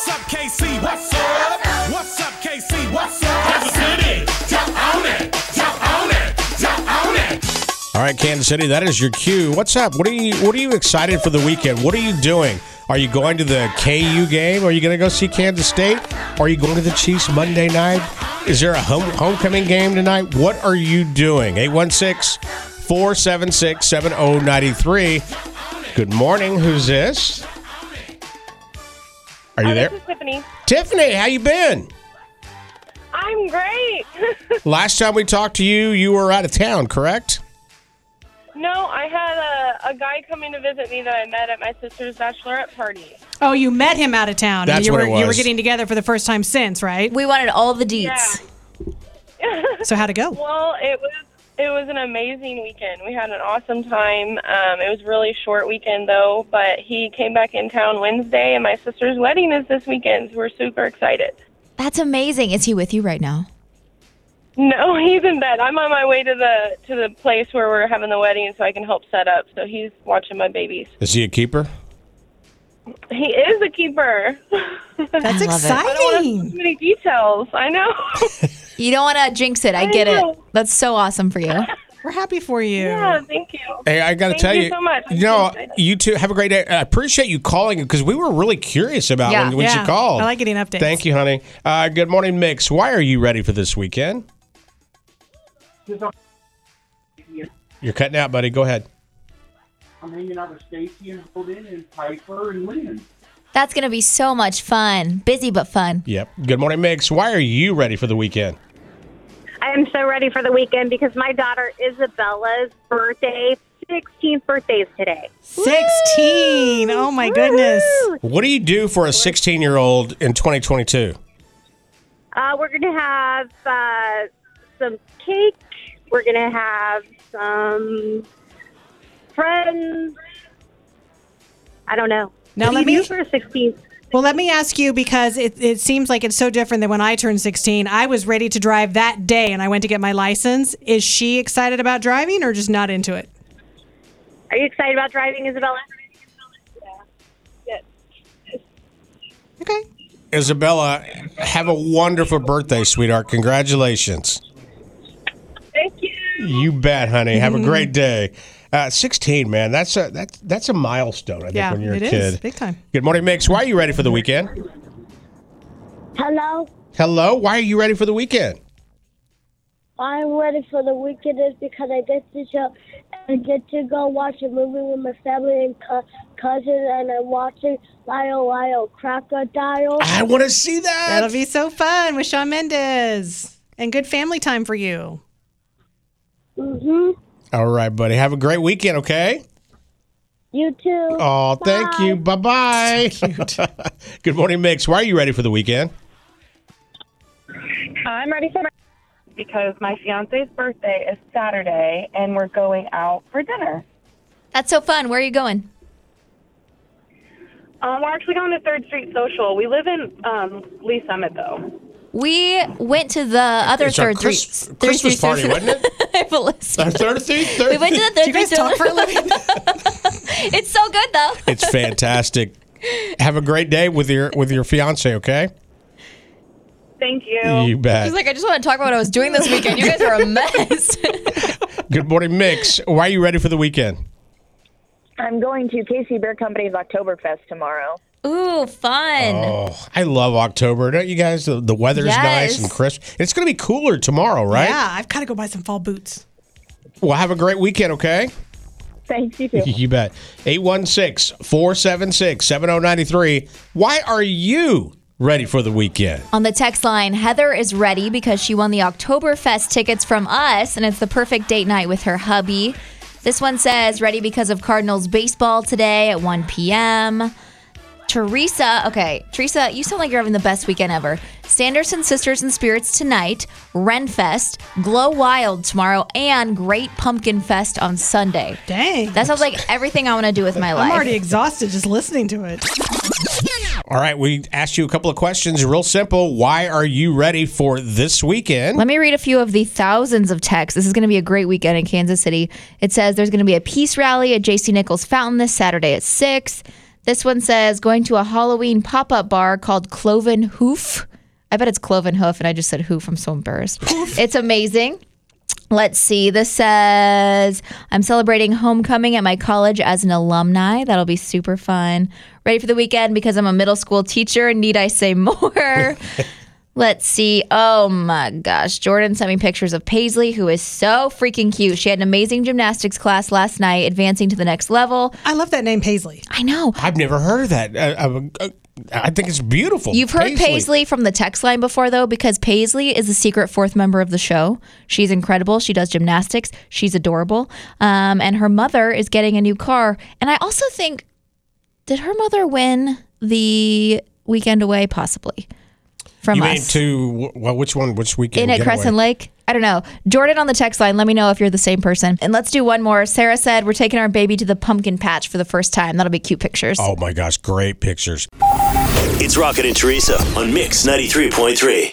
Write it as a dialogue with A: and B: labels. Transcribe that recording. A: KC? What's up? What's up, KC? What's up? Kansas City, jump on it, jump on it, jump on it.
B: All right, Kansas City, that is your cue. What's up? What are you What are you excited for the weekend? What are you doing? Are you going to the KU game? Are you going to go see Kansas State? Are you going to the Chiefs Monday night? Is there a home, homecoming game tonight? What are you doing? 816 476 7093. Good morning. Who's this? Are you
C: Hi,
B: there?
C: This is Tiffany.
B: Tiffany, how you been?
C: I'm great.
B: Last time we talked to you, you were out of town, correct?
C: no, I had a, a guy coming to visit me that I met at my sister's bachelorette party.
D: Oh, you met him out of town.
B: That's
D: you
B: what
D: were,
B: it
D: You were
B: was.
D: getting together for the first time since, right?
E: We wanted all the deets.
C: Yeah.
D: So how'd it go?
C: Well, it was it was an amazing weekend. We had an awesome time. Um, it was really short weekend though, but he came back in town Wednesday, and my sister's wedding is this weekend. So we're super excited.
E: That's amazing. Is he with you right now?
C: No, he's in bed. I'm on my way to the to the place where we're having the wedding, so I can help set up. So he's watching my babies.
B: Is he a keeper?
C: He is a keeper.
D: That's
E: I love it. I
C: I don't want to
D: exciting.
C: too many details. I know.
E: You don't want to jinx it. I, get it.
C: know.
E: That's so awesome for you.
D: We're happy for you.
C: Yeah, thank you.
B: Hey, I got to
C: Thank
B: tell you,
C: you so much.
B: you know,
C: I'm so excited.
B: you two have a great day. I appreciate you calling because we were really curious about
E: Yeah.
B: when, when
D: Yeah.
B: she called.
D: I like getting updates.
B: Thank you, honey. Uh, good morning, Mix. Why are you ready for this weekend? You're cutting out, buddy. Go ahead.
F: I'm hanging out with Stacy and Holden and Piper and Lynn.
E: That's going to be so much fun. Busy but fun.
B: Yep. Good morning, Mix. Why are you ready for the weekend?
G: I am so ready for the weekend because my daughter Isabella's birthday, 16th birthday is today.
D: 16. Oh, my goodness.
B: What do you do for a 16 year old in 2022?
G: Uh, we're going to have uh, some cake. We're going to have some friends. I don't know.
D: Now
G: What do
D: let
G: you
D: me-
G: do for a 16th.
D: Well, let me ask you because it, it seems like it's so different than when I turned 16. I was ready to drive that day and I went to get my license. Is she excited about driving or just not into it?
G: Are you excited about driving, Isabella?
D: Okay.
B: Isabella, have a wonderful birthday, sweetheart. Congratulations.
C: Thank you.
B: You bet, honey. Have a
D: Mm-hmm.
B: great day. Uh, 16, man. That's a that's that's a milestone. I think
D: Yeah,
B: when you're
D: it
B: a
D: is.
B: kid.
D: Big time.
B: Good morning, Mix. Why are you ready for the weekend?
H: Hello,
B: Hello. Why are you ready for the weekend?
H: I'm ready for the weekend is because I get to show and get to go watch a movie with my family and co- cousins, and I'm watching Lyle Lyle Crocodile.
B: I want to see that.
D: That'll be so fun with Sean Mendez and good family time for you.
H: hmm
B: All right, buddy. Have a great weekend. Okay.
H: You too.
B: Oh, thank
H: Bye.
B: you. Bye bye. Good morning, Mix. Why are you ready for the weekend?
C: I'm ready for my- because my fiance's birthday is Saturday, and we're going out for dinner.
E: That's so fun. Where are you going?
G: Oh,
C: Um, we're actually going to Third Street Social. We live in um, Lee Summit, though.
E: We went to the other
B: It's our
E: third
B: Chris-
E: streets. Third
B: Christmas
E: streets-
B: party, wasn't it?
E: I believe-
B: Our third thing. Third
E: we went to the third
D: Do you guys
E: streets-
D: talk for a living?
E: It's so good though.
B: It's fantastic. Have a great day with your with your fiance. Okay.
C: Thank you.
B: You bet.
E: She's like, I just want to talk about what I was doing this weekend. You guys are a mess.
B: Good morning, Mix. Why are you ready for the weekend?
I: I'm going to Casey Beer Company's Oktoberfest tomorrow.
E: Ooh, fun.
B: Oh, I love October. Don't you guys? The, the weather's nice
E: Yes.
B: and crisp. It's going to be cooler tomorrow, right?
D: Yeah, I've got to go buy some fall boots.
B: Well, have a great weekend, okay?
I: Thanks, you too.
B: You bet. 816 476 7093. Why are you ready for the weekend?
E: On the text line, Heather is ready because she won the Oktoberfest tickets from us, and it's the perfect date night with her hubby. This one says, ready because of Cardinals baseball today at 1 p.m. Teresa, okay, Teresa, you sound like you're having the best weekend ever. Sanderson Sisters and Spirits tonight, Renfest, Glow Wild tomorrow, and Great Pumpkin Fest on Sunday.
D: Dang.
E: That sounds like everything I want to do with my life.
D: I'm already exhausted just listening to it.
B: All right, we asked you a couple of questions. Real simple. Why are you ready for this weekend?
E: Let me read a few of the thousands of texts. This is going to be a great weekend in Kansas City. It says there's going to be a peace rally at JC Nichols Fountain this Saturday at 6. This one says going to a Halloween pop up bar called Cloven Hoof. I bet it's Cloven Hoof, and I just said hoof. I'm so embarrassed. it's amazing. Let's see. This says, I'm celebrating homecoming at my college as an alumni. That'll be super fun. Ready for the weekend because I'm a middle school teacher. Need I say more? Let's see. Oh my gosh. Jordan sent me pictures of Paisley, who is so freaking cute. She had an amazing gymnastics class last night, advancing to the next level.
D: I love that name, Paisley.
E: I know.
B: I've never heard of that. I, I, I think it's beautiful.
E: You've heard Paisley. from the text line before, though, because Paisley is the secret fourth member of the show. She's incredible. She does gymnastics. She's adorable. Um, and her mother is getting a new car. And I also think, did her mother win the weekend away, possibly from
B: You mean
E: us
B: to well, which one? Which weekend?
E: in at
B: getaway?
E: Crescent Lake? I don't know. Jordan on the text line, let me know if you're the same person. And let's do one more. Sarah said, We're taking our baby to the pumpkin patch for the first time. That'll be cute pictures.
B: Oh my gosh, great pictures.
J: It's Rocket and Teresa on Mix 93.3.